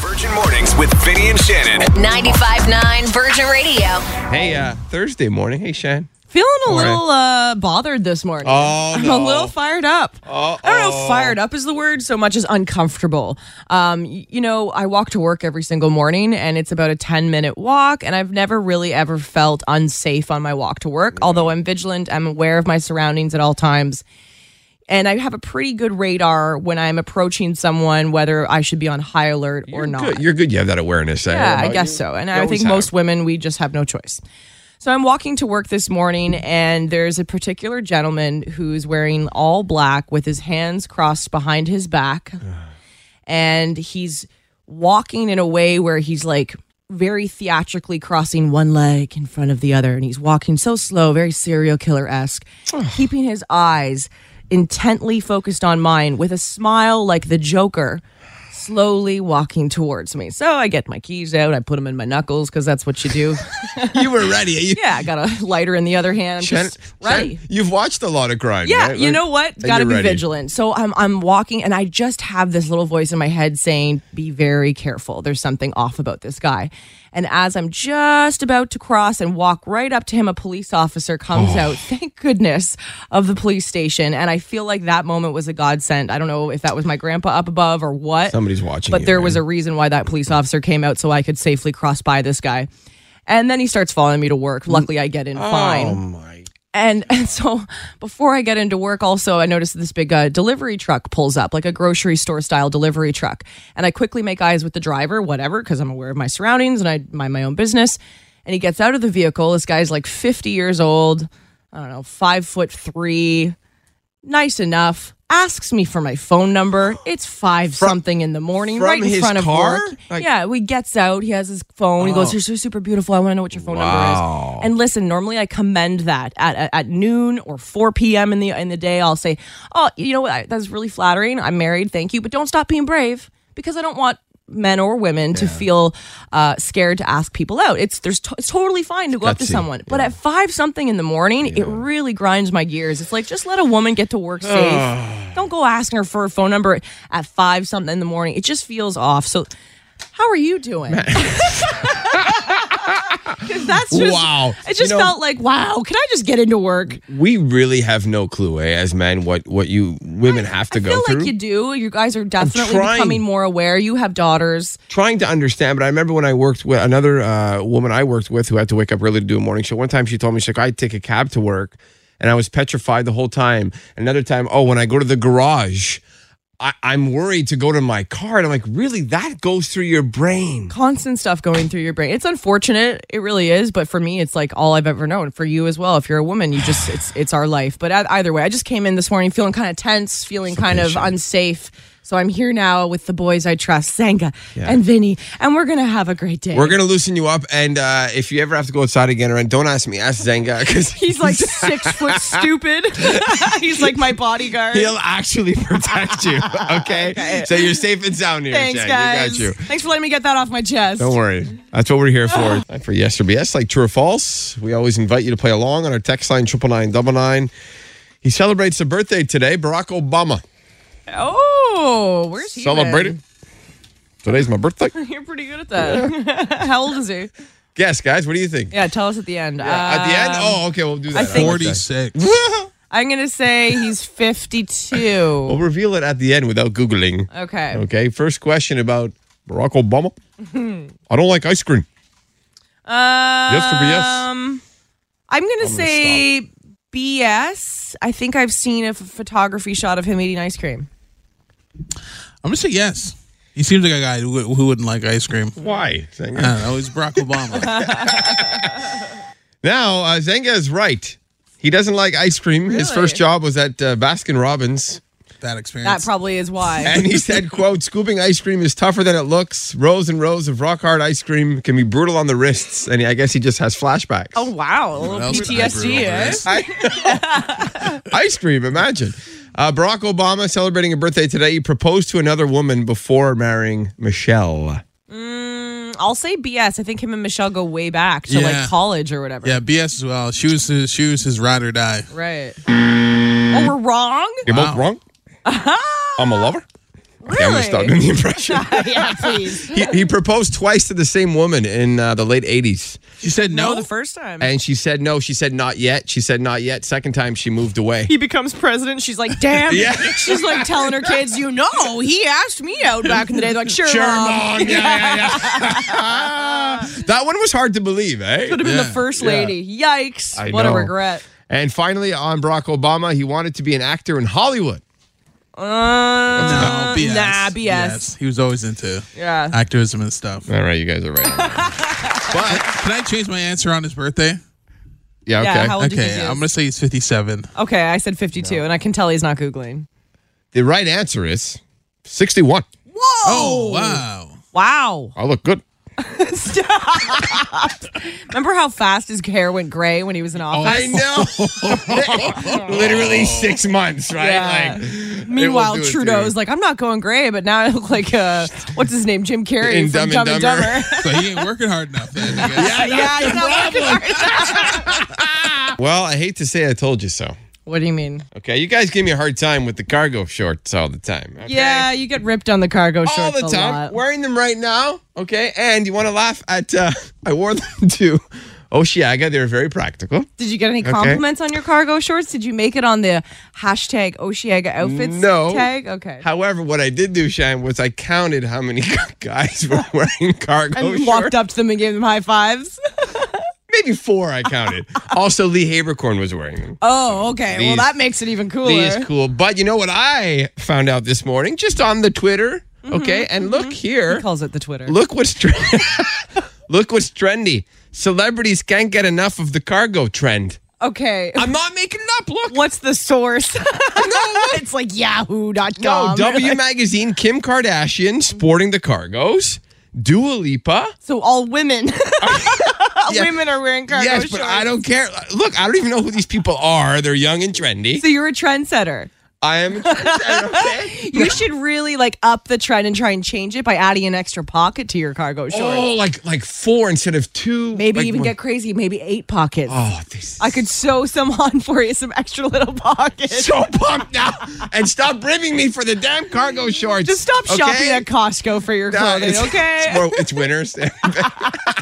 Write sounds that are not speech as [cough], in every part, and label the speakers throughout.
Speaker 1: Virgin Mornings with Vinny and Shannon.
Speaker 2: 95.9 Virgin Radio.
Speaker 3: Hey, uh, Thursday morning. Hey, Shan.
Speaker 4: Feeling a
Speaker 3: Morning.
Speaker 4: little uh, bothered this morning.
Speaker 3: Oh,
Speaker 4: I'm
Speaker 3: no.
Speaker 4: a little fired up. I don't know
Speaker 3: Uh-oh.
Speaker 4: if fired up is the word so much as uncomfortable. Um, y- you know, I walk to work every single morning and it's about a 10 minute walk, and I've never really ever felt unsafe on my walk to work,
Speaker 3: Mm.
Speaker 4: although I'm vigilant, I'm aware of my surroundings at all times. And I have a pretty good radar when I'm approaching someone, whether I should be on high alert or not.
Speaker 3: Good. You're good. You have that awareness.
Speaker 4: Yeah, I guess so. And I think most women, we just have no choice. So I'm walking to work this morning, and there's a particular gentleman who's wearing all black with his hands crossed behind his back. and he's walking in a way where he's like very theatrically crossing one leg in front of the other. And he's walking so slow, very serial killer esque, keeping his eyes intently focused on mine with a smile like the Joker slowly walking towards me. So I get my keys out, I put them in my knuckles because that's what you
Speaker 3: [laughs]
Speaker 4: do.
Speaker 3: you were
Speaker 4: [laughs]
Speaker 3: ready. You,
Speaker 4: yeah, I got a lighter in the other hand. I'm
Speaker 3: Shannon,
Speaker 4: just ready.
Speaker 3: Shannon, you've watched a lot of crime.
Speaker 4: yeah,
Speaker 3: right?
Speaker 4: you
Speaker 3: Like-
Speaker 4: know what?
Speaker 3: and
Speaker 4: Got to
Speaker 3: you're
Speaker 4: be
Speaker 3: ready.
Speaker 4: vigilant. So I'm I'm walking, and I just have this little voice in my head saying, "Be very careful. There's something off about this guy." And as I'm just about to cross and walk right up to him, a police officer comes
Speaker 3: Oh.
Speaker 4: out. Thank goodness of the police station. And I feel like that moment was a godsend. I don't know if that was my grandpa up above or what.
Speaker 3: Somebody's watching.
Speaker 4: But
Speaker 3: you,
Speaker 4: there
Speaker 3: right?
Speaker 4: was a reason why that police officer came out so I could safely cross by this guy. And then he starts following me to work. Luckily, I get in
Speaker 3: Oh,
Speaker 4: fine.
Speaker 3: my.
Speaker 4: And, [laughs] and so before I get into work, also, I notice this big uh, delivery truck pulls up, like a grocery store style delivery truck. And I quickly make eyes with the driver, whatever, because I'm aware of my surroundings and I mind my own business. And he gets out of the vehicle. This guy's like 50 years old, I don't know, five foot three, nice enough. Asks me for my phone number. It's five something in the morning,
Speaker 3: from
Speaker 4: right in
Speaker 3: his
Speaker 4: front of
Speaker 3: car?
Speaker 4: work.
Speaker 3: Like- Oh.
Speaker 4: yeah, he gets out. He has his phone. He goes, "You're so super beautiful. I want to know what your phone number
Speaker 3: Wow.
Speaker 4: is." And listen, normally I commend that at, at, at noon or 4 p.m. in the in the day. I'll say, "Oh, you know what? I- That's really flattering. I'm married. Thank you, but don't stop being brave because I don't want." Men or women to feel uh, scared to ask people out. It's there's to- it's totally fine to go up to
Speaker 3: Gutsy,
Speaker 4: someone, but at five something in the morning, it really grinds my gears. It's like just let a woman get to
Speaker 3: [sighs]
Speaker 4: work safe. don't go asking her for a phone number at five something in the morning. It just feels off. So, how are
Speaker 3: [laughs]
Speaker 4: you doing? That's just
Speaker 3: Wow.
Speaker 4: It just
Speaker 3: You know-
Speaker 4: felt like wow. Can I just get into work?
Speaker 3: We really have no clue, eh, as men, what, what you women have to
Speaker 4: I
Speaker 3: go
Speaker 4: feel
Speaker 3: through.
Speaker 4: like you do. You guys are definitely
Speaker 3: trying.
Speaker 4: becoming more aware. You have daughters.
Speaker 3: trying to understand, but I remember when I worked with another uh, woman I worked with who had to wake up early to do a morning show. One time she told me, she's like, I take a cab to work and I was petrified the whole time. Another time, oh, when I go to the garage, I, I'm worried to go to my car. And I'm like, really? That goes through your brain.
Speaker 4: Constant stuff going through your brain. It's unfortunate. It really is. But for me, it's like all I've ever known. For you as well. If you're a woman, you
Speaker 3: [sighs]
Speaker 4: just it's it's our life. But e- either way, I just came in this morning feeling kind of tense, feeling kind of unsafe. So I'm here now with the boys I trust, Sangha and Vinny, and we're gonna have a great day.
Speaker 3: We're going to loosen you up. And uh, if you ever have to go outside again, or don't ask me, ask Zenga because
Speaker 4: [laughs]
Speaker 3: [laughs]
Speaker 4: He's like six foot stupid. [laughs] He's like my bodyguard.
Speaker 3: he'll actually [laughs] protect you.
Speaker 4: [laughs]
Speaker 3: Okay? So you're safe and sound here.
Speaker 4: Thanks,
Speaker 3: Shan.
Speaker 4: guys.
Speaker 3: You got you.
Speaker 4: Thanks for letting me get that off my chest.
Speaker 3: Don't worry. That's what we're here for.
Speaker 4: [gasps]
Speaker 3: Time for yes or BS, like true or false. We always invite you to play along on our text line triple nine double nine. He celebrates a birthday today, Barack Obama.
Speaker 4: Oh, where's he?
Speaker 3: Celebrated. Today's my birthday.
Speaker 4: been? You're pretty good at that. [laughs] How old is he?
Speaker 3: Guess, guys, what do you think?
Speaker 4: Yeah, tell us at the end.
Speaker 3: At the end?
Speaker 4: Um,
Speaker 3: Oh, okay, we'll do that.
Speaker 4: I think-
Speaker 3: Forty-six.
Speaker 4: I'm gonna say he's 52.
Speaker 3: [laughs] we'll reveal it at the end without Googling.
Speaker 4: Okay.
Speaker 3: [laughs] Okay, first question about Barack
Speaker 4: [laughs]
Speaker 3: Obama. I don't like ice cream.
Speaker 4: Um,
Speaker 3: Yes or BS?
Speaker 4: I'm gonna
Speaker 3: gonna
Speaker 4: say BS. I think I've seen a f- photography shot of him eating ice cream.
Speaker 5: I'm gonna say yes. He seems like a guy who, who wouldn't like ice cream.
Speaker 3: Why? Zenga?
Speaker 5: I don't know. He's Barack
Speaker 4: [laughs]
Speaker 5: Obama.
Speaker 3: Now, uh, Zenga is right. He doesn't like ice cream. His
Speaker 4: Really?
Speaker 3: first job was at uh, Baskin Robbins.
Speaker 5: that
Speaker 4: That
Speaker 5: experience.
Speaker 4: probably is why.
Speaker 3: And he said, quote, scooping ice cream is tougher than it looks. Rows and rows of rock hard ice cream can be brutal on the wrists. And I guess he just has flashbacks.
Speaker 4: Oh wow, a little
Speaker 5: else would I
Speaker 4: PTSD.
Speaker 5: brew over
Speaker 4: Eh?
Speaker 5: this?
Speaker 3: Ice cream, imagine. Uh, Barack Obama celebrating a birthday today. He proposed to another woman before marrying Michelle.
Speaker 4: I'll say BS. I think him and Michelle go way back to
Speaker 5: Yeah.
Speaker 4: like college or whatever.
Speaker 5: Yeah, BS as well. She was his, she was his ride or die.
Speaker 4: Right. Oh, we're wrong?
Speaker 3: You're
Speaker 5: Wow.
Speaker 3: both wrong. I'm a lover. Okay, I'm gonna stop doing the impression.
Speaker 4: Oh, yeah, please.
Speaker 3: he, he proposed twice to the same woman in uh, the late 80s.
Speaker 5: She said
Speaker 4: No,
Speaker 5: no.
Speaker 4: the first time.
Speaker 3: And she said no. She said not yet. She said not yet. Second time she moved away.
Speaker 4: he becomes president. She's like, damn.
Speaker 3: Yeah.
Speaker 4: She's like telling her kids, you know, he asked me out back in the day. They're like, sure,
Speaker 3: Sure,
Speaker 4: Mom."
Speaker 3: Mom. Yeah, yeah, yeah.
Speaker 4: [laughs]
Speaker 3: [laughs] that one was hard to believe, eh?
Speaker 4: Could have been
Speaker 5: Yeah,
Speaker 4: the first
Speaker 3: yeah.
Speaker 4: lady. Yikes.
Speaker 3: I
Speaker 4: what
Speaker 3: know.
Speaker 4: a regret.
Speaker 3: And finally, on Barack Obama, he wanted to be an actor in Hollywood.
Speaker 4: Uh,
Speaker 5: no, BS.
Speaker 4: Nah, BS.
Speaker 5: Yes. He was always into
Speaker 4: Yeah.
Speaker 5: activism and stuff.
Speaker 3: All right, you guys are right. on [laughs] that.
Speaker 5: Can I change my answer on his birthday?
Speaker 3: but yeah, okay.
Speaker 4: Yeah, how old do you think
Speaker 5: Okay,
Speaker 4: he
Speaker 5: I'm
Speaker 4: is?
Speaker 5: gonna say he's 57.
Speaker 4: Okay, I said 52, and I can tell he's not Googling.
Speaker 3: the right answer is 61.
Speaker 4: Whoa!
Speaker 5: Oh wow!
Speaker 4: Wow. [laughs]
Speaker 3: I look good.
Speaker 4: Remember how fast his hair went gray when he was in office?
Speaker 3: Oh, I know. [laughs] Literally six months, right?
Speaker 4: Yeah.
Speaker 3: Like,
Speaker 4: Meanwhile,
Speaker 3: it will do it to you.
Speaker 4: Trudeau's like, I'm not going gray, but now I look
Speaker 3: [laughs]
Speaker 4: like, uh, what's his name? Jim Carrey
Speaker 3: In
Speaker 4: from
Speaker 3: Dumb and Dumber. [laughs]
Speaker 5: So he ain't working hard enough.
Speaker 4: [laughs]
Speaker 5: Then, I guess.
Speaker 4: yeah, he's not working hard.
Speaker 3: Well, I hate to say I told you so.
Speaker 4: What do you mean?
Speaker 3: Okay, you guys give me a hard time with the cargo shorts all the time. okay?
Speaker 4: Yeah, you get ripped on the cargo shorts
Speaker 3: all the
Speaker 4: a
Speaker 3: time.
Speaker 4: lot.
Speaker 3: Wearing them right now, okay? And you want to laugh at? Uh, [laughs] I wore them Oh, to Oceaga. They were very practical.
Speaker 4: Did you get any compliments on your cargo shorts? Did you make it on the hashtag Oceaga outfits
Speaker 3: No.
Speaker 4: tag? Okay.
Speaker 3: However, what I did do, Shine, was I counted how many [laughs] guys
Speaker 4: [laughs]
Speaker 3: were wearing cargo
Speaker 4: and
Speaker 3: shorts.
Speaker 4: walked up to them and gave them high fives.
Speaker 3: Maybe four. I
Speaker 4: [laughs]
Speaker 3: counted. also, Lee Habercorn was wearing them.
Speaker 4: Oh, okay. well,
Speaker 3: These-
Speaker 4: that makes it even cooler.
Speaker 3: Lee is cool. But you know what I found out this morning, just on the Twitter,
Speaker 4: Mm-hmm,
Speaker 3: okay? And look here.
Speaker 4: Calls it the Twitter.
Speaker 3: Look what's tre- [laughs] look what's trendy. Celebrities can't get enough of the cargo trend.
Speaker 4: Okay.
Speaker 3: I'm not making it up. Look,
Speaker 4: What's
Speaker 3: [laughs]
Speaker 4: the source? [laughs] it's like yahoo.com. [laughs]
Speaker 3: no W magazine. Kim Kardashian sporting the cargos. Dua Lipa.
Speaker 4: so all women [laughs]
Speaker 3: Yeah.
Speaker 4: women are wearing cargo
Speaker 3: yes,
Speaker 4: shorts.
Speaker 3: but I don't care. Look, I don't even know who these people are. They're young and trendy.
Speaker 4: [laughs] So you're a trendsetter.
Speaker 3: I am.
Speaker 4: [laughs]
Speaker 3: okay?
Speaker 4: You should really like up the trend and try and change it by adding an extra pocket to your cargo shorts.
Speaker 3: Oh, like like four instead of two.
Speaker 4: maybe
Speaker 3: like,
Speaker 4: even get crazy, maybe eight pockets.
Speaker 3: Oh, this
Speaker 4: I could sew some on for you, some extra little pockets. [laughs]
Speaker 3: so pumped now. And stop ribbing me for the damn cargo shorts.
Speaker 4: Just stop
Speaker 3: okay?
Speaker 4: shopping at Costco for your
Speaker 3: No,
Speaker 4: clothing,
Speaker 3: it's- [laughs]
Speaker 4: okay?
Speaker 3: It's, more, it's winners. they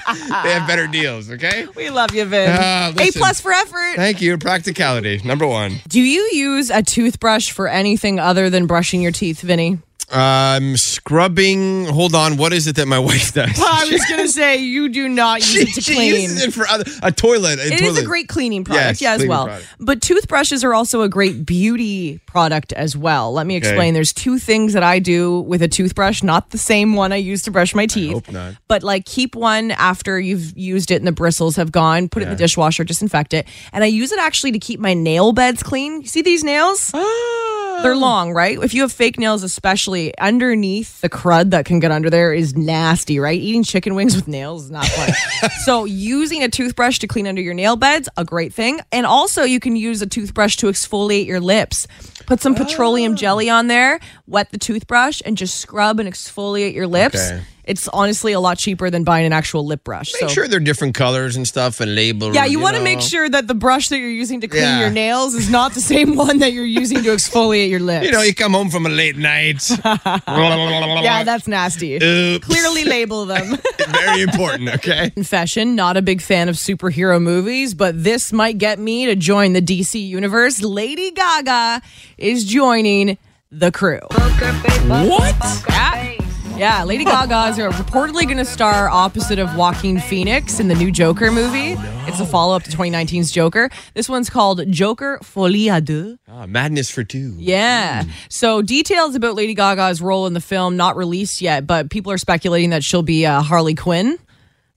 Speaker 3: have better deals, okay?
Speaker 4: we love you, Vin.
Speaker 3: Ah,
Speaker 4: a
Speaker 3: listen.
Speaker 4: plus for effort.
Speaker 3: Thank you. Practicality, number one.
Speaker 4: Do you use a toothbrush for anything other than brushing your teeth, Vinny?
Speaker 3: Um, scrubbing. Hold on. What is it that my [laughs] wife does?
Speaker 4: I was gonna say you do not use
Speaker 3: she,
Speaker 4: it
Speaker 3: [laughs]
Speaker 4: to
Speaker 3: she
Speaker 4: clean.
Speaker 3: uses it for other, a toilet. A
Speaker 4: It
Speaker 3: toilet.
Speaker 4: is a great cleaning product,
Speaker 3: Yes,
Speaker 4: yeah, as
Speaker 3: cleaning
Speaker 4: well.
Speaker 3: product.
Speaker 4: But toothbrushes are also a great beauty product as well. Let me
Speaker 3: Okay.
Speaker 4: explain. There's two things that I do with a toothbrush, not the same one I use to brush my teeth.
Speaker 3: hope not.
Speaker 4: But like keep one after you've used it and the bristles have gone, put it in the dishwasher, disinfect it. And I use it actually to keep my nail beds clean. You see these nails?
Speaker 3: Oh.
Speaker 4: They're long, right? If you have fake nails, especially underneath the crud that can get under there is nasty, right? Eating chicken wings with nails is not fun.
Speaker 3: [laughs]
Speaker 4: so, using a toothbrush to clean under your nail beds, a great thing. And also, you can use a toothbrush to exfoliate your lips. Put some
Speaker 3: Oh.
Speaker 4: petroleum jelly on there, wet the toothbrush, and just scrub and exfoliate your lips.
Speaker 3: Okay.
Speaker 4: It's honestly a lot cheaper than buying an actual lip brush.
Speaker 3: Make
Speaker 4: so.
Speaker 3: sure they're different colors and stuff and labels.
Speaker 4: Yeah, you, want to
Speaker 3: know.
Speaker 4: make sure that the brush that you're using to clean
Speaker 3: Yeah.
Speaker 4: your nails is not the same [laughs] one that you're using to exfoliate your lips.
Speaker 3: You know, you come home from a late
Speaker 4: [laughs]
Speaker 3: night.
Speaker 4: yeah,
Speaker 3: yeah,
Speaker 4: that's nasty.
Speaker 3: Oops.
Speaker 4: Clearly label them.
Speaker 3: [laughs] very important. Okay.
Speaker 4: [laughs] Confession, not a big fan of superhero movies, but this might get me to join the DC universe. Lady Gaga is joining the crew.
Speaker 3: What?
Speaker 4: Yeah. Yeah, Lady Gaga is reportedly going to star opposite of Joaquin Phoenix in the new Joker movie. It's a follow up to 2019's Joker. This one's called Joker Folie à deux.
Speaker 3: Ah, madness for two.
Speaker 4: Yeah. So details about Lady Gaga's role in the film not released yet, but people are speculating that she'll be uh, Harley Quinn.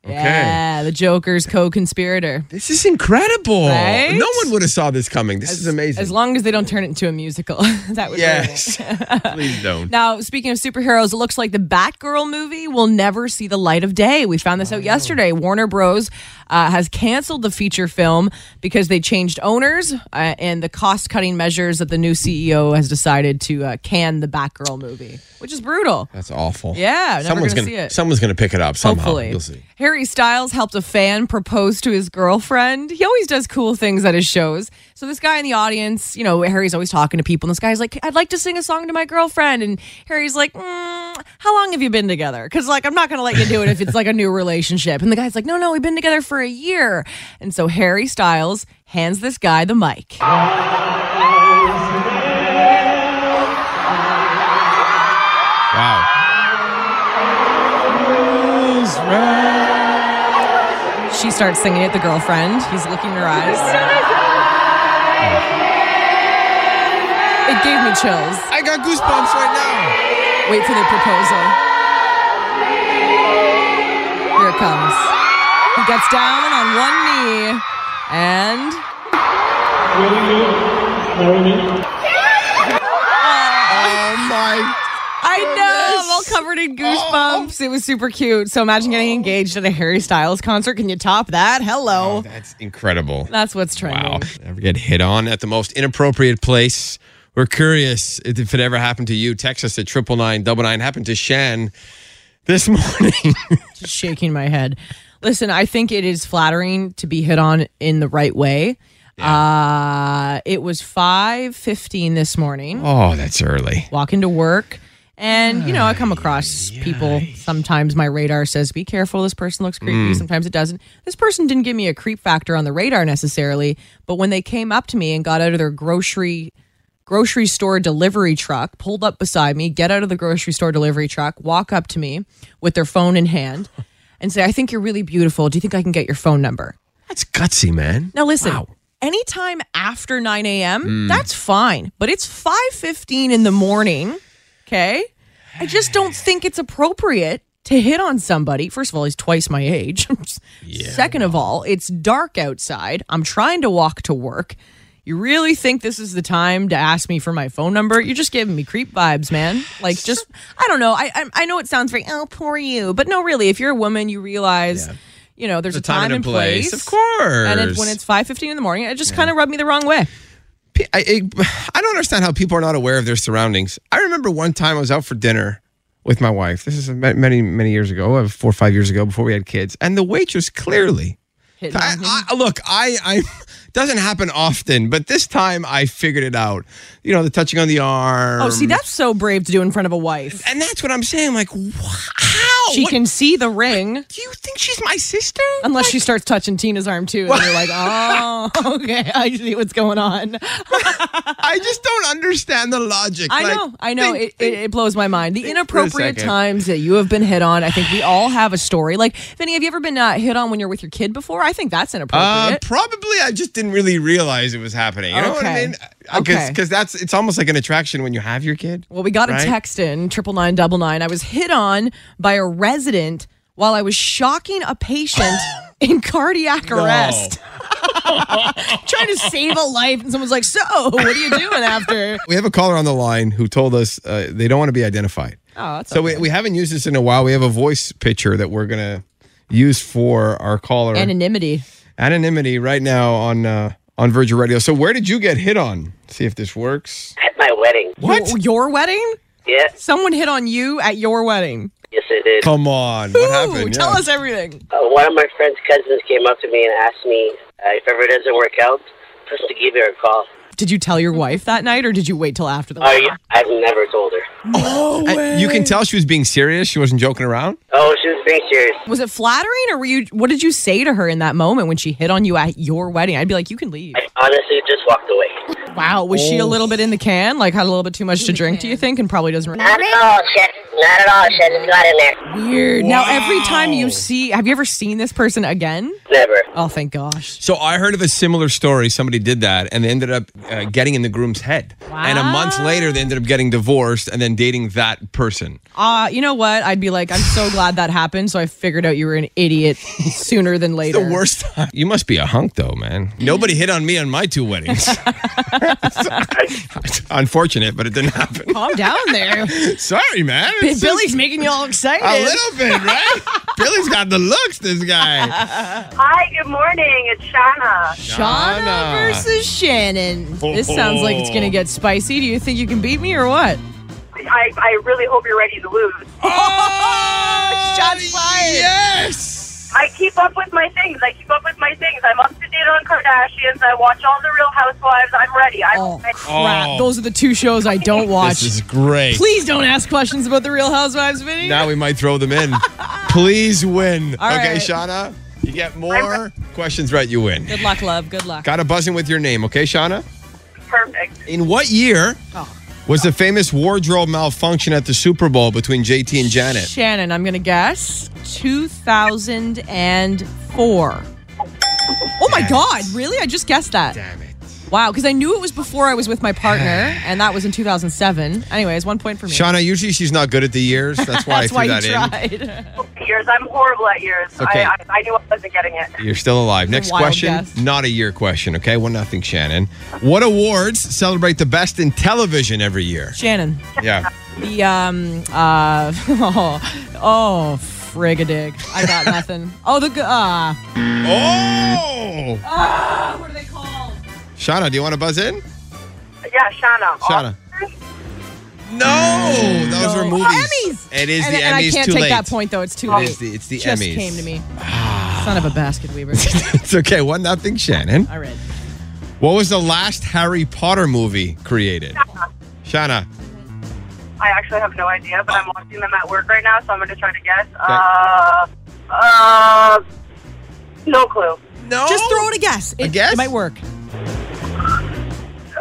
Speaker 4: Yeah, the Joker's co-conspirator.
Speaker 3: This is incredible.
Speaker 4: Right?
Speaker 3: No one would have saw this coming. This is amazing.
Speaker 4: As long as they don't turn it into a musical, [laughs] that would be it.
Speaker 3: yes. [laughs] Please
Speaker 4: [laughs]
Speaker 3: don't.
Speaker 4: Now, speaking of superheroes, it looks like the Batgirl movie will never see the light of day. We found this out yesterday. Warner Bros. Uh, has canceled the feature film because they changed owners uh, and the cost-cutting measures that the new CEO has decided to uh, can the Batgirl movie, which is brutal.
Speaker 3: That's awful.
Speaker 4: Yeah, never
Speaker 3: someone's
Speaker 4: gonna
Speaker 3: gonna
Speaker 4: see it.
Speaker 3: someone's gonna pick it up somehow.
Speaker 4: Hopefully.
Speaker 3: You'll see.
Speaker 4: Harry Harry Styles helped a fan propose to his girlfriend. He always does cool things at his shows. So this guy in the audience, you know, Harry's always talking to people, and this guy's like, "I'd like to sing a song to my girlfriend," and Harry's like, mm, "How long have you been together?" Because like, I'm not gonna let you do it if it's like a new relationship. And the guy's like, "No, no, we've been together for a year." And so Harry Styles hands this guy the mic.
Speaker 3: Wow.
Speaker 4: She starts singing it. The girlfriend. He's looking in her eyes. It gave me chills.
Speaker 3: I got goosebumps right
Speaker 4: Wait for the proposal. Here it comes. He gets down on one knee and.
Speaker 3: Oh, now. Oh my. Oh.
Speaker 4: I know, I'm all covered in goosebumps. It was super cute. So imagine getting engaged at a Harry Styles concert. Can you top that? Hello.
Speaker 3: That's incredible.
Speaker 4: That's what's
Speaker 3: Wow.
Speaker 4: trending.
Speaker 3: Ever get hit on at the most inappropriate place? We're curious if it ever happened to you. Text us at triple nine double nine. Happened to Shan this [laughs] morning.
Speaker 4: Just shaking my head. Listen, I think it is flattering to be hit on in the right way. Uh, it was 5.15 this morning.
Speaker 3: oh, that's
Speaker 4: [laughs]
Speaker 3: early.
Speaker 4: walking to work. And, you know, I come across people. Sometimes my radar says, be careful, this person looks creepy. Sometimes it doesn't. This person didn't give me a creep factor on the radar necessarily, but when they came up to me and got out of their grocery grocery store delivery truck, pulled up beside me, get out of the grocery store delivery truck, walk up to me with their phone in hand and say, I think you're really beautiful. Do you think I can get your phone number?
Speaker 3: That's gutsy, man.
Speaker 4: Now listen,
Speaker 3: Wow.
Speaker 4: anytime after 9 a.m., that's fine. But it's 5.15 in the morning, okay? I just don't think it's appropriate to hit on somebody. First of all, he's twice my age. [laughs] Second of all, it's dark outside. I'm trying to walk to work. You really think this is the time to ask me for my phone number? You're just giving me creep vibes, man. Like, just I don't know. I I, I know it sounds very oh poor you, but no, really. If you're a woman, you realize, you know, there's a time, and place,
Speaker 3: of course.
Speaker 4: and it, when it's five fifteen in the morning, it just kind of rubbed me the wrong way.
Speaker 3: P- I, I- [sighs] I don't understand how people are not aware of their surroundings. I remember one time I was out for dinner with my wife. This is ma- many, many years ago, uh, four or five years ago, before we had kids. And the waitress clearly,
Speaker 4: Hitting on him.
Speaker 3: I, I, look, I, I [laughs] doesn't happen often, but this time I figured it out. You know, the touching on the arm.
Speaker 4: oh, see, that's so brave to do in front of a wife.
Speaker 3: and that's what I'm saying. Like, wh- how?
Speaker 4: She
Speaker 3: oh, What-
Speaker 4: can see the ring,
Speaker 3: Do you think she's my sister?
Speaker 4: unless she starts touching Tina's arm too, and you're like, oh, [laughs] okay, I see what's
Speaker 3: [laughs]
Speaker 4: going on.
Speaker 3: I just don't understand the logic.
Speaker 4: I
Speaker 3: Like,
Speaker 4: know, I know.
Speaker 3: think-
Speaker 4: it, it, it blows my mind. The
Speaker 3: for a
Speaker 4: inappropriate
Speaker 3: second.
Speaker 4: times that you have been hit on. I think we all have a story. Like, Vinny, have you ever been uh, hit on when you're with your kid before? I think that's
Speaker 3: Uh,
Speaker 4: inappropriate.
Speaker 3: probably I just didn't really realize it was happening. You know what I
Speaker 4: Okay.
Speaker 3: mean? Because
Speaker 4: Okay.
Speaker 3: that's it's almost like an attraction when you have your kid.
Speaker 4: well, we got
Speaker 3: right?
Speaker 4: a text in triple nine double nine. I was hit on by a resident while I was shocking
Speaker 3: [laughs]
Speaker 4: a patient in cardiac arrest. [laughs] Trying to save a life, and someone's like, "So, what are you
Speaker 3: [laughs]
Speaker 4: doing after?"
Speaker 3: We have a caller on the line who told us uh, they don't want to be identified.
Speaker 4: Oh, that's
Speaker 3: so we,
Speaker 4: okay.
Speaker 3: we haven't used this in a while. We have a voice picture that we're gonna use for our caller
Speaker 4: Anonymity.
Speaker 3: anonymity right now on uh, on Virgin Radio. So where did you get hit on? See if this works.
Speaker 6: At my wedding.
Speaker 3: What?
Speaker 4: Your, your wedding?
Speaker 6: Yes,
Speaker 4: Someone hit on you at your wedding.
Speaker 6: yes, I did.
Speaker 3: Come on, what
Speaker 4: Ooh,
Speaker 3: happened?
Speaker 4: Tell
Speaker 3: Yeah.
Speaker 4: us everything.
Speaker 6: Uh, one of my friend's cousins came up to me and asked me uh, if ever it doesn't work out, just to give her a call.
Speaker 4: Did you tell your wife that night, or did you wait till after the
Speaker 6: Oh, yeah, I've never told her.
Speaker 3: Uh, you can tell she was being serious. She wasn't joking around.
Speaker 6: Oh, she was being serious.
Speaker 4: Was it flattering, or were you? What did you say to her in that moment when she hit on you at your wedding? I'd be like, you can leave.
Speaker 6: I honestly just walked away.
Speaker 4: Wow, was
Speaker 3: Oh.
Speaker 4: she a little bit in the can? Like had a little bit too much to drink? Do you think? And probably doesn't. remember.
Speaker 6: Not at all, Chet. Not at all, Chet. It's not in there.
Speaker 4: Weird. Now every time you see, have you ever seen this person again?
Speaker 6: Never.
Speaker 4: Oh, thank gosh.
Speaker 3: So I heard of a similar story. Somebody did that and they ended up uh, getting in the groom's head. And a month later, they ended up getting divorced and then dating that person.
Speaker 4: Uh, you know what? I'd be like, I'm so glad that happened. So I figured out you were an idiot sooner than later.
Speaker 3: The worst time. You must be a hunk, though, man. Nobody hit on me on my two
Speaker 4: [laughs]
Speaker 3: weddings. [laughs] Unfortunate, but it didn't happen.
Speaker 4: Calm down
Speaker 3: [laughs]
Speaker 4: there.
Speaker 3: Sorry, man. It's just
Speaker 4: Oh. Billy's making you all excited.
Speaker 3: a little bit,
Speaker 4: [laughs]
Speaker 3: right? Billy's got the looks, this guy.
Speaker 7: Hi, good morning. It's Shauna.
Speaker 4: Shauna
Speaker 3: Shauna.
Speaker 4: versus Shannon. This sounds like it's going to get spicy. Do you think you can beat me or what?
Speaker 7: I, I really hope you're ready to lose.
Speaker 3: Oh,
Speaker 4: Shots fired.
Speaker 3: Yes.
Speaker 7: I I keep up with my things. I keep up with my things. I'm up to date on Kardashians. I watch all the Real Housewives. I'm ready. I'm
Speaker 4: Oh
Speaker 7: ready.
Speaker 4: crap! Those are the two shows I don't watch.
Speaker 3: This is great.
Speaker 4: Please don't ask questions about the Real Housewives, Vinny.
Speaker 3: Now we might throw them in. Please win.
Speaker 4: [laughs] All
Speaker 3: okay,
Speaker 4: right.
Speaker 3: Shauna, you get more questions right, you win.
Speaker 4: Good luck, love. Good luck.
Speaker 3: Got a buzzing with your name, okay, Shauna?
Speaker 7: Perfect.
Speaker 3: In what year
Speaker 4: Oh.
Speaker 3: was the famous wardrobe malfunction at the Super Bowl between JT and Janet?
Speaker 4: Shannon, I'm going to guess 2004. Oh my
Speaker 3: Yes.
Speaker 4: God, really? I just guessed that.
Speaker 3: Damn it.
Speaker 4: Wow, because I knew it was before I was with my partner,
Speaker 3: [sighs]
Speaker 4: and that was in 2007. Anyways, one point for me.
Speaker 3: Shauna, usually she's not good at the
Speaker 4: [laughs]
Speaker 3: years. That's why I
Speaker 4: That's
Speaker 3: threw
Speaker 4: why
Speaker 3: that
Speaker 4: you
Speaker 3: in.
Speaker 4: tried. [laughs]
Speaker 7: Years. I'm horrible at years.
Speaker 3: Okay.
Speaker 7: I, I, I knew I wasn't getting it.
Speaker 3: You're still alive. Next
Speaker 4: wild
Speaker 3: question,
Speaker 4: guess.
Speaker 3: not a year question, okay? One nothing, Shannon. What awards celebrate the best in television every year?
Speaker 4: Shannon,
Speaker 3: Yeah.
Speaker 4: the, um, uh, [laughs] oh, oh, frigadig. I
Speaker 3: [laughs]
Speaker 4: got nothing. Oh, the, g- uh,
Speaker 3: Oh!
Speaker 4: what are they called?
Speaker 3: Shauna, do you want to buzz in?
Speaker 7: Yeah, Shauna.
Speaker 3: Shauna.
Speaker 7: Oscars?
Speaker 3: No, those were
Speaker 4: No.
Speaker 3: movies.
Speaker 4: Oh, Emmys.
Speaker 3: It is
Speaker 4: and,
Speaker 3: the
Speaker 4: and
Speaker 3: Emmys.
Speaker 4: I can't
Speaker 3: too
Speaker 4: take
Speaker 3: late.
Speaker 4: that point, though. It's too
Speaker 3: It
Speaker 4: late.
Speaker 3: is the, it's the
Speaker 4: just
Speaker 3: Emmys.
Speaker 4: came to
Speaker 3: [sighs]
Speaker 4: me. Son of a basket
Speaker 3: [laughs]
Speaker 4: weaver.
Speaker 3: [laughs] it's okay. One nothing, Shannon.
Speaker 4: All right.
Speaker 3: What was the last Harry Potter movie created? Shauna.
Speaker 7: I actually have no idea, but I'm watching them at work right now, so I'm going to try to guess. Uh, uh, no clue.
Speaker 3: No.
Speaker 4: Just throw it a guess. It,
Speaker 3: Oh. guess?
Speaker 4: It might work.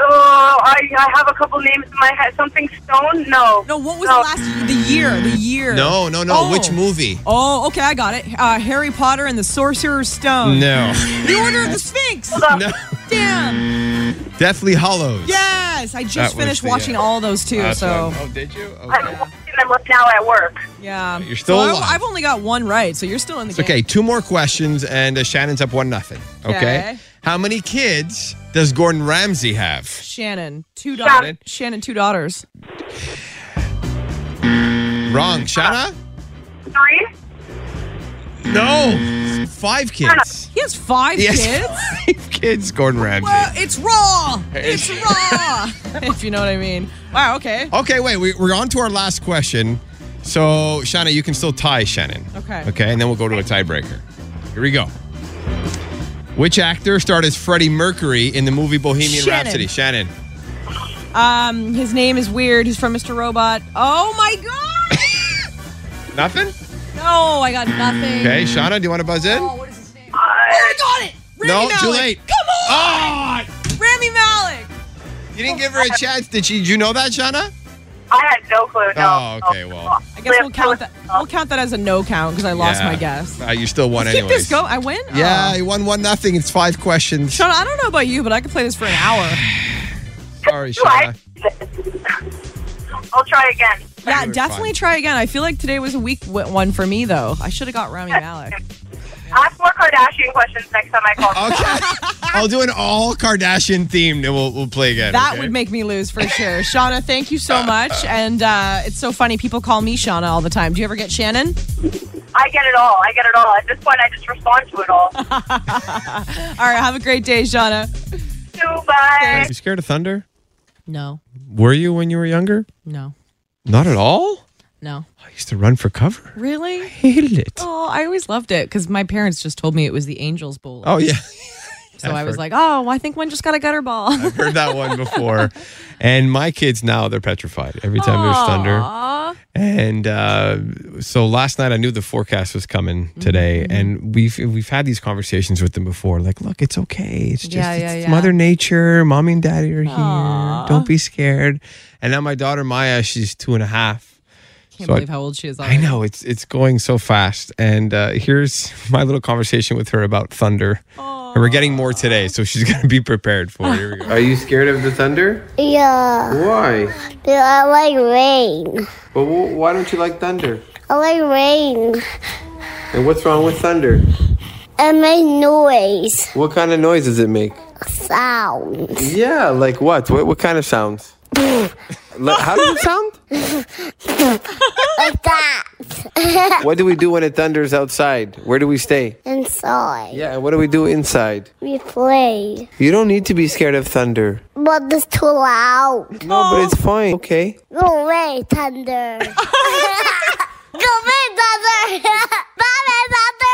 Speaker 7: Oh, I, I have a couple names in my head. Something Stone? No.
Speaker 4: No, what was the last the year? The year.
Speaker 3: No, no, no.
Speaker 4: Oh.
Speaker 3: Which movie?
Speaker 4: Oh, okay, I got it. Uh, Harry Potter and the Sorcerer's Stone. [laughs]
Speaker 3: No.
Speaker 4: The Order of the Sphinx.
Speaker 7: Hold on.
Speaker 3: no.
Speaker 4: Damn.
Speaker 3: Deathly Hollows.
Speaker 4: Yes, I
Speaker 3: That
Speaker 4: just
Speaker 3: was
Speaker 4: finished
Speaker 3: the,
Speaker 4: watching
Speaker 3: uh,
Speaker 4: all those too.
Speaker 3: Last
Speaker 4: so
Speaker 3: one. Oh, did you?
Speaker 7: I'm
Speaker 3: Okay.
Speaker 7: watching them right now at work.
Speaker 4: yeah,
Speaker 3: You're still
Speaker 4: So I-
Speaker 3: alive.
Speaker 4: I've only got one right, so you're still in the
Speaker 3: It's okay.
Speaker 4: game.
Speaker 3: Two more questions, and uh, Shannon's up one nothing. Okay?
Speaker 4: Okay.
Speaker 3: How many kids does Gordon Ramsay have?
Speaker 4: Shannon, two daughters.
Speaker 3: Shannon.
Speaker 4: Shannon, two daughters.
Speaker 3: Wrong, Shanna.
Speaker 7: Three?
Speaker 3: No. Five kids.
Speaker 4: He has five
Speaker 3: Yes. [laughs]
Speaker 4: kids.
Speaker 3: Five kids. Gordon Ramsay.
Speaker 4: Well, it's raw. It's raw. [laughs] if you know what I mean. Wow. Okay.
Speaker 3: Okay, wait, we, we're on to our last question. So, Shanna, you can still tie Shannon.
Speaker 4: Okay.
Speaker 3: Okay, and then we'll go to a tiebreaker. Here we go. Which actor starred as Freddie Mercury in the movie Bohemian
Speaker 4: Shannon.
Speaker 3: Rhapsody? Shannon. [coughs]
Speaker 4: Um, his name is weird. He's from Mr. Robot. Oh my god.
Speaker 3: Nothing?
Speaker 4: No, I got nothing.
Speaker 3: Okay, Shauna, do you want to buzz in?
Speaker 4: Oh, what is his name?
Speaker 7: Uh,
Speaker 4: I got it.
Speaker 3: no,
Speaker 4: Rami
Speaker 3: too
Speaker 4: Malek.
Speaker 3: late.
Speaker 4: Come on,
Speaker 3: Oh,
Speaker 4: Rami Malik.
Speaker 3: you didn't give her a chance. Did she? Did you know that, Shauna?
Speaker 7: I had no clue. No.
Speaker 3: Oh, okay, well.
Speaker 4: I guess we'll count that. We'll count that as a no count because I lost
Speaker 3: Yeah.
Speaker 4: my guess.
Speaker 3: Uh, you still won
Speaker 4: Let's keep
Speaker 3: anyway.
Speaker 4: this go. I win.
Speaker 3: Yeah,
Speaker 4: Oh.
Speaker 3: you won one nothing. It's five questions.
Speaker 4: Shauna, I don't know about you, but I could play this for an hour.
Speaker 3: Sorry,
Speaker 7: I-
Speaker 3: Shauna.
Speaker 7: I'll try again.
Speaker 4: Yeah,
Speaker 3: You were
Speaker 4: definitely
Speaker 3: fine.
Speaker 4: try again. I feel like today was a weak w- one for me, though. I should have got
Speaker 7: [laughs]
Speaker 4: Rami Malik.
Speaker 7: Ask more Kardashian questions next time I call.
Speaker 4: [laughs]
Speaker 3: Okay, I'll do an all Kardashian themed, and we'll, we'll play again.
Speaker 4: That
Speaker 3: okay?
Speaker 4: would make me lose for
Speaker 3: [laughs]
Speaker 4: sure. Shauna, thank you so much. And uh, it's so funny. People call me Shauna all the time. Do you ever get Shannon?
Speaker 7: I get it all. I get it all. At this point, I just respond to it all.
Speaker 4: [laughs] All right, have a great day, Shauna.
Speaker 7: Too, bye.
Speaker 3: You scared of thunder?
Speaker 4: No,
Speaker 3: Were you when you were younger?
Speaker 4: no,
Speaker 3: Not at all.
Speaker 4: no.
Speaker 3: I used to run for cover.
Speaker 4: Really?
Speaker 3: Hated it.
Speaker 4: Oh, I always loved it because my parents just told me it was the Angels Bowl.
Speaker 3: Oh yeah, [laughs]
Speaker 4: so I was like, oh, well, I think one just got a gutter ball.
Speaker 3: heard that one [laughs] before. And my kids now they're petrified every time there's thunder.
Speaker 4: [laughs] Aw.
Speaker 3: And uh, so last night I knew the forecast was coming today,
Speaker 4: Mm-hmm.
Speaker 3: and we've we've had these conversations with them before. Like, look, it's okay. It's just
Speaker 4: Yeah, yeah,
Speaker 3: it's
Speaker 4: yeah.
Speaker 3: Mother Nature. Mommy and Daddy are
Speaker 4: Aw.
Speaker 3: here. Don't be scared. And now my daughter Maya, she's two and a half.
Speaker 4: Can't
Speaker 3: So I-
Speaker 4: believe how old she is.
Speaker 3: I
Speaker 4: already.
Speaker 3: know it's it's going so fast, and uh, here's [laughs] my little conversation with her about thunder. And we're getting more today, so she's gonna be prepared for it. Here we go.
Speaker 8: Are you scared of the thunder?
Speaker 9: Yeah,
Speaker 8: Why?
Speaker 9: dude, I like rain.
Speaker 8: Well, wh- why don't you like thunder?
Speaker 9: I like rain.
Speaker 8: And what's wrong with thunder?
Speaker 9: It makes noise,
Speaker 8: What kind of noise does it make?
Speaker 9: sound.
Speaker 8: Yeah, like what? What, what kind of sounds? Like, How does it sound?
Speaker 9: Like that.
Speaker 8: What do we do when it thunders outside? Where do we stay?
Speaker 9: Inside.
Speaker 8: Yeah, and what do we do inside?
Speaker 9: We play.
Speaker 8: You don't need to be scared of thunder.
Speaker 9: But it's too loud.
Speaker 8: No, but it's fine. Okay.
Speaker 9: Go away, thunder. [laughs] Go away, thunder. [laughs] Bye, bye, thunder.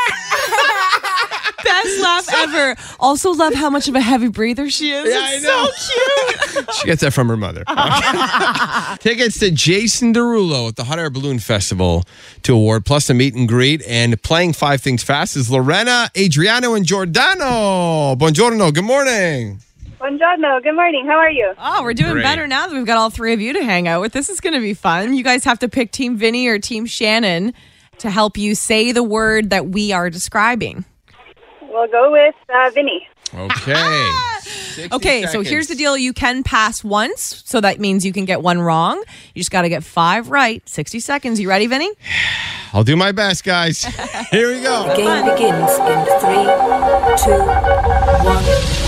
Speaker 4: her. Also, love how much of a heavy breather she is.
Speaker 3: Yeah, I
Speaker 4: it's
Speaker 3: know. [laughs]
Speaker 4: so cute.
Speaker 3: She gets that from her mother. Tickets to Jason Derulo at the Hot Air Balloon Festival to award, plus a meet and greet. And playing Five Things Fast is Lorena, Adriano, and Giordano. Buongiorno. Good morning.
Speaker 7: Buongiorno. Good morning. How are you?
Speaker 4: Oh, we're doing
Speaker 3: Great.
Speaker 4: better now that we've got all three of you to hang out with. This is going to be fun. You guys have to pick Team Vinny or Team Shannon to help you say the word that we are describing.
Speaker 7: We'll go with uh, Vinny.
Speaker 3: Okay. 60
Speaker 4: Okay, so here's the
Speaker 3: seconds.
Speaker 4: deal. You can pass once, so that means you can get one wrong. You just got to get five right. 60 seconds. You ready, Vinny?
Speaker 3: I'll do my best, guys. Here we go.
Speaker 10: Game begins in three, two, one.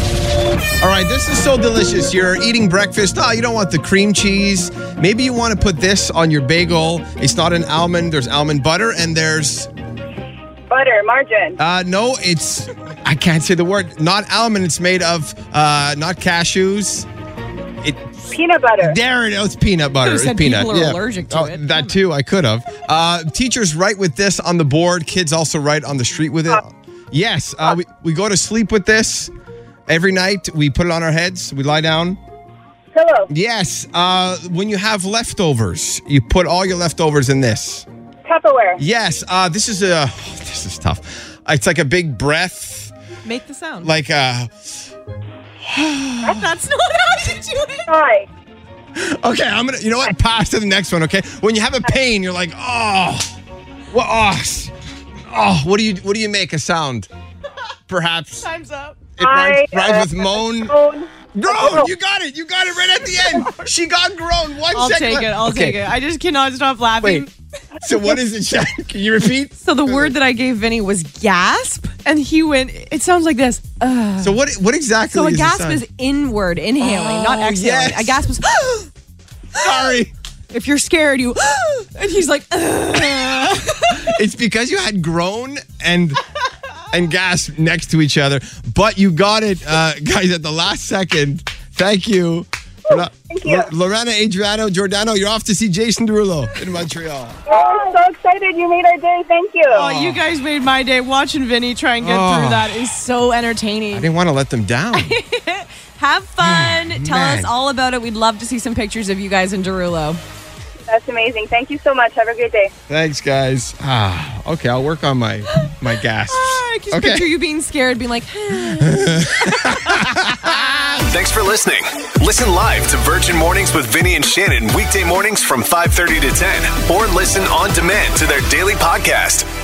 Speaker 3: All right, this is so delicious. You're eating breakfast. Oh, you don't want the cream cheese. Maybe you want to put this on your bagel. It's not an almond. There's almond butter, and there's
Speaker 7: Butter, margin.
Speaker 3: uh, no. It's I can't say the word. Not almond. It's made of uh, not cashews. It
Speaker 7: Peanut butter.
Speaker 3: there it is. It's peanut butter.
Speaker 4: Could've
Speaker 3: It's
Speaker 4: said
Speaker 3: peanut.
Speaker 4: people are allergic to
Speaker 3: oh,
Speaker 4: it.
Speaker 3: That too. I could have. Uh, teachers write with this on the board. Kids also write on the street with it. Yes. Uh, we we go to sleep with this every night. We put it on our heads. We lie down.
Speaker 7: Pillow.
Speaker 3: Yes. Uh, when you have leftovers, you put all your leftovers in this.
Speaker 7: Tupperware.
Speaker 3: Yes. Uh, this is a. [sighs] This is tough. It's like a big breath,
Speaker 4: Make the sound.
Speaker 3: like uh, a.
Speaker 4: That's [laughs] not how you do it.
Speaker 7: Pie.
Speaker 3: Okay, I'm gonna. You know what? Pass to the next one. Okay. When you have a pain, you're like, oh, what? Oh, s- oh what do you? What do you make a sound? Perhaps it
Speaker 4: Time's up.
Speaker 3: rhymes,
Speaker 7: I,
Speaker 3: rhymes
Speaker 7: uh, oh.
Speaker 3: with moan.
Speaker 7: Phone.
Speaker 3: Groan. You got it. You got it right at the end. She got grown. One
Speaker 4: I'll
Speaker 3: second
Speaker 4: take it.
Speaker 3: left.
Speaker 4: I'll
Speaker 3: Okay,
Speaker 4: take it. I just cannot stop laughing. [laughs]
Speaker 3: Wait. So what is it? Shannon? Can you repeat?
Speaker 4: So the word that I gave Vinny was gasp, and he went, it sounds like this. Ugh.
Speaker 3: So what? What exactly?
Speaker 4: So a
Speaker 3: is the
Speaker 4: gasp
Speaker 3: sound?
Speaker 4: is inward, inhaling, not
Speaker 3: Oh,
Speaker 4: exhaling.
Speaker 3: yes.
Speaker 4: A gasp is. [gasps]
Speaker 3: Sorry.
Speaker 4: if you're scared, you. [gasps] and he's like.
Speaker 3: It's because you had groan and and gasp next to each other, but you got it, uh, guys, at the last second. Thank you. Thank
Speaker 7: you.
Speaker 3: Lorena Adriano Giordano, you're off to see Jason Derulo in Montreal.
Speaker 7: Oh, I'm so excited. You made our day. Thank you.
Speaker 4: oh, you guys made my day. Watching Vinny try and get
Speaker 3: Oh.
Speaker 4: through that is so
Speaker 3: I
Speaker 4: entertaining.
Speaker 3: didn't want to let them down.
Speaker 4: [laughs] Have fun. Tell
Speaker 3: Mm, Man.
Speaker 4: us all about it. We'd love to see some pictures of you guys in Derulo.
Speaker 7: That's amazing. Thank you so much. Have a great day.
Speaker 3: Thanks, guys. Ah, okay, I'll work on my my gasps.
Speaker 4: I can just
Speaker 3: Okay.
Speaker 4: picture you being scared, being like,
Speaker 1: Thanks for listening. Listen live to Virgin Mornings with Vinny and Shannon weekday mornings from 5:30 to 10 or listen on demand to their daily podcast.